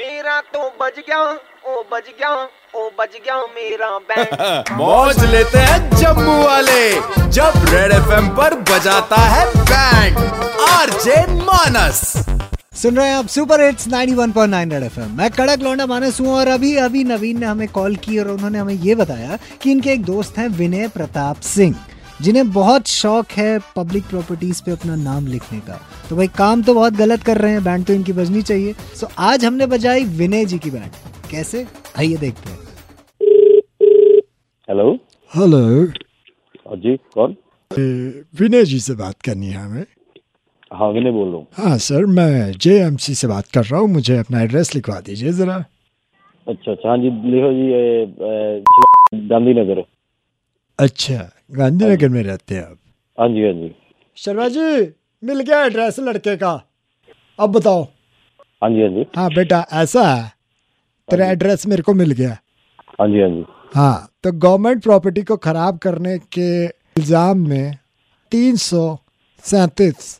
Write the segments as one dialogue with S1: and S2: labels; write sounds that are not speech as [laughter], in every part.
S1: मेरा तो बज गया ओ बज गया ओ बज गया मेरा बैंड
S2: मौज लेते हैं जम्मू वाले जब रेड एफ पर बजाता है बैंड आरजे मानस
S3: सुन रहे हैं आप सुपर हिट्स 91.9 रेड एफएम मैं कड़क लौंडा मानस हूँ और अभी अभी नवीन ने हमें कॉल की और उन्होंने हमें ये बताया कि इनके एक दोस्त हैं विनय प्रताप सिंह जिन्हें बहुत शौक है पब्लिक प्रॉपर्टीज पे अपना नाम लिखने का तो भाई काम तो बहुत गलत कर रहे हैं बैंड तो इनकी बजनी चाहिए सो आज हमने बजाई विनय जी की बैंड कैसे आइए देखते हैं
S4: हेलो
S5: हेलो
S4: हाँ जी कौन
S5: ए, विनय जी से बात करनी है हमें
S4: हाँ विनय बोल रहा हूँ
S5: हाँ सर मैं जेएमसी से बात कर रहा हूँ मुझे अपना एड्रेस लिखवा दीजिए ज़रा
S4: अच्छा अच्छा हाँ जी लिखो जी ये, अ, गांधीनगर
S5: अच्छा गांधीनगर में रहते हैं आप
S4: हाँ जी हाँ जी
S5: शर्मा जी मिल गया एड्रेस लड़के का अब बताओ
S4: हाँ जी हाँ जी
S5: हाँ बेटा ऐसा है तेरा
S3: हाँ
S5: एड्रेस मेरे को मिल गया
S4: हाँ जी हाँ जी
S5: हाँ तो गवर्नमेंट प्रॉपर्टी को खराब करने के इल्ज़ाम में तीन सौ सैंतीस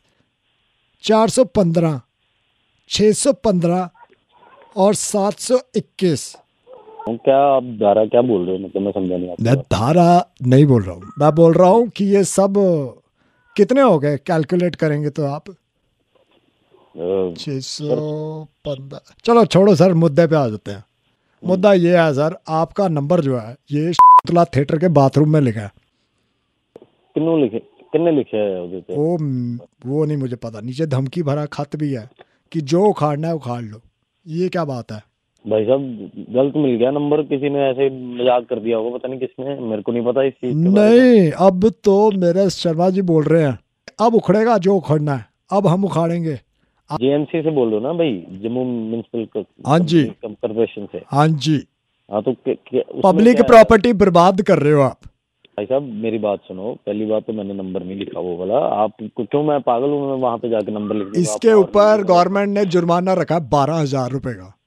S5: चार सौ पंद्रह छः सौ पंद्रह और सात सौ इक्कीस
S4: हम क्या आप धारा क्या बोल रहे हो मतलब मैं समझा नहीं
S5: मैं
S4: आपको
S5: धारा नहीं बोल रहा हूँ मैं बोल रहा हूँ कि ये सब अ, कितने हो गए कैलकुलेट करेंगे तो आप
S4: अ,
S5: छः सौ पंद्रह चलो छोड़ो सर मुद्दे पे आ जाते हैं
S4: हम्म।
S5: मुद्दा ये है सर आपका नंबर जो है ये शतला थिएटर के बाथरूम में लिखा है
S4: किन्नू लिखे किन्ने लिखे है उधर पे
S5: वो वो नहीं मुझे पता नीचे धमकी भरा खत भी है कि जो उखाड़ना है उखाड़ लो ये क्या बात है
S4: भाई साहब गलत मिल गया नंबर किसी ने ऐसे मजाक कर दिया होगा पता नहीं किसने मेरे को नहीं पता इस चीज के बारे में।
S5: नहीं अब तो मेरे शर्मा जी बोल रहे हैं अब उखड़ेगा जो उखड़ना है अब हम उखाड़ेंगे
S4: JMC से बोल रहे हो ना भाई जम्मू म्यूनसिपल
S5: हाँ जी।
S4: कॉर्पोरेशन से
S5: हाँ जी
S4: हाँ तो क्या- क्या- उसमें
S5: पब्लिक
S4: क्या है?
S5: प्रॉपर्टी बर्बाद कर रहे हो आप
S4: भाई साहब मेरी बात सुनो पहली बात तो मैंने नंबर नहीं लिखा वो वाला आप क्यों मैं पागल हूँ मैं वहां पे जाके नंबर लिख दूंगा,
S5: इसके
S4: आप और
S5: ऊपर
S4: नहीं
S5: गवर्नमेंट ने जुर्माना रखा बारह हजार रुपए का
S4: लिखो।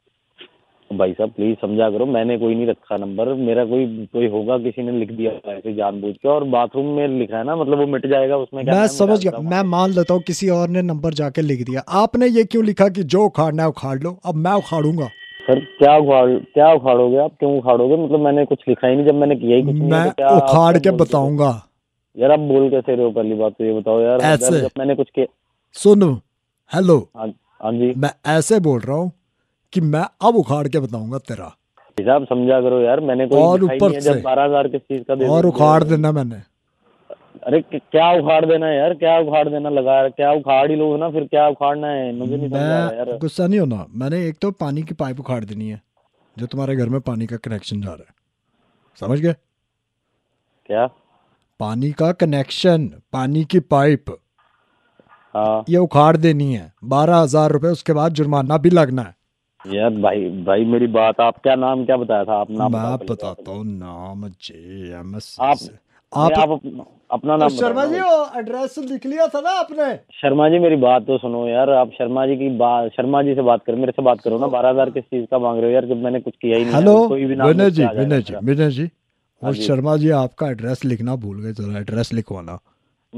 S4: भाई साहब प्लीज समझा करो मैंने कोई नहीं रखा नंबर मेरा कोई कोई होगा किसी ने लिख दिया होगा ऐसे जानबूझ के और बाथरूम में लिखा है ना मतलब वो मिट जाएगा उसमें क्या
S5: मैं
S4: नाम
S5: समझ
S4: डालता
S5: गया
S4: हूँ।
S5: मैं मान लेता हूँ किसी और ने नंबर जाके लिख दिया आपने ये क्यों लिखा कि जो उखाड़ना है उखाड़ लो अब मैं उखाड़ूंगा
S4: सर क्या उखाड़ क्या उखाड़ोगे आप क्यों उखाड़ोगे मतलब मैंने कुछ लिखा ही नहीं जब मैंने किया ही कुछ नहीं है,
S5: मैं
S4: तो क्या आप
S5: उखाड़
S4: बोलते
S5: के
S4: हो?
S5: बताऊंगा
S4: यार आप बोल कैसे रहे हो पहली बात तो ये बताओ यार
S5: ऐसे।
S4: जब मैंने कुछ किया
S5: सुनो हेलो
S4: हाँ हाँ जी
S5: मैं ऐसे बोल रहा हूँ कि मैं अब उखाड़ के बताऊंगा तेरा
S4: भाई साहब समझा करो यार मैंने कोई
S5: और
S4: लिखा ही
S5: ऊपर
S4: नहीं है जब
S5: से।
S4: बारह हजार किस चीज का दे
S5: और
S4: दो-
S5: उखाड़ देना मैंने
S4: अरे क- क्या उखाड़ देना है यार क्या उखाड़ देना लगा है? क्या उखाड़ ही लोगे ना फिर क्या उखाड़ना है मुझे नहीं समझ आ रहा यार
S5: मैं गुस्सा नहीं होना मैंने एक तो पानी की पाइप उखाड़ देनी है जो तुम्हारे घर में पानी का कनेक्शन जा रहा है समझ गए
S4: क्या
S5: पानी का कनेक्शन पानी की पाइप
S4: हाँ
S5: ये उखाड़ देनी है बारह हजार रुपए उसके बाद जुर्माना भी लगना है
S4: यार भाई भाई मेरी बात आप क्या नाम क्या बताया था आप नाम बताओ
S5: मैं
S4: पहले तो। बात।
S5: बताता हूँ नाम जे एम एस
S4: आप नहीं,
S5: आप
S4: आप अप- अपना नाम बताओ ना।
S5: एड्रेस लिख लिया था ना आपने
S4: शर्मा जी मेरी बात तो सुनो यार आप शर्मा जी की बात शर्मा जी से बात करो मेरे से बात करो ना बारह हजार किस चीज का मांग रहे हो यार जब मैंने कुछ किया ही नहीं है,
S5: हेलो
S4: कोई भी नाम
S5: विनय
S4: लेके
S5: जी
S4: आ जाएगा
S5: विनय जी
S4: मेरा।
S5: विनय जी
S4: हाँ
S5: और
S4: जी।
S5: शर्मा जी आपका एड्रेस लिखना भूल गए जरा एड्रेस लिखवाना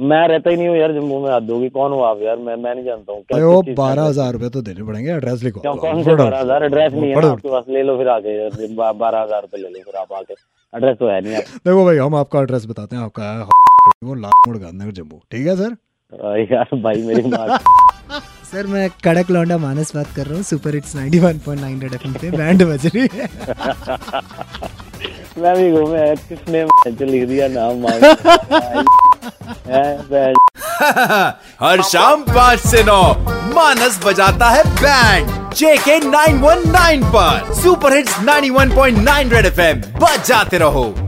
S4: मैं रहता ही नहीं हूँ यार जम्मू में हाथ दोगी कौन हो आप यार मैं मैं नहीं जानता हूँ क्या-
S5: अरे वो
S4: किस चीज़ का
S5: बारह
S4: address?
S5: हजार रुपए तो देने पड़ेंगे एड्रेस
S4: क्यों
S5: लिखवा
S4: कौन से बारह हजार एड्रेस नहीं है ना आपके पास ले लो फिर आके बा- बारह हजार रुपये ले लो फिर आप आके एड्रेस तो है नहीं आप
S5: देखो भाई हम आपका एड्रेस बताते हैं आपका है वो लाल मोड़ गांधीनगर जम्मू ठीक है सर
S4: अरे यार भाई मेरी माँ [laughs]
S3: सर मैं कड़क लौंडा मानस बात कर रहा हूँ सुपर हिट्स 91.9 रेड एफएम पे बैंड बज रही है
S4: मैं भी घूमे किसने ऐसे लिख दिया नाम मांग
S2: हर शाम पाँच से नौ मानस बजाता है बैंड जेके 919 पर सुपर हिट्स 91.9 रेड एफएम बजाते रहो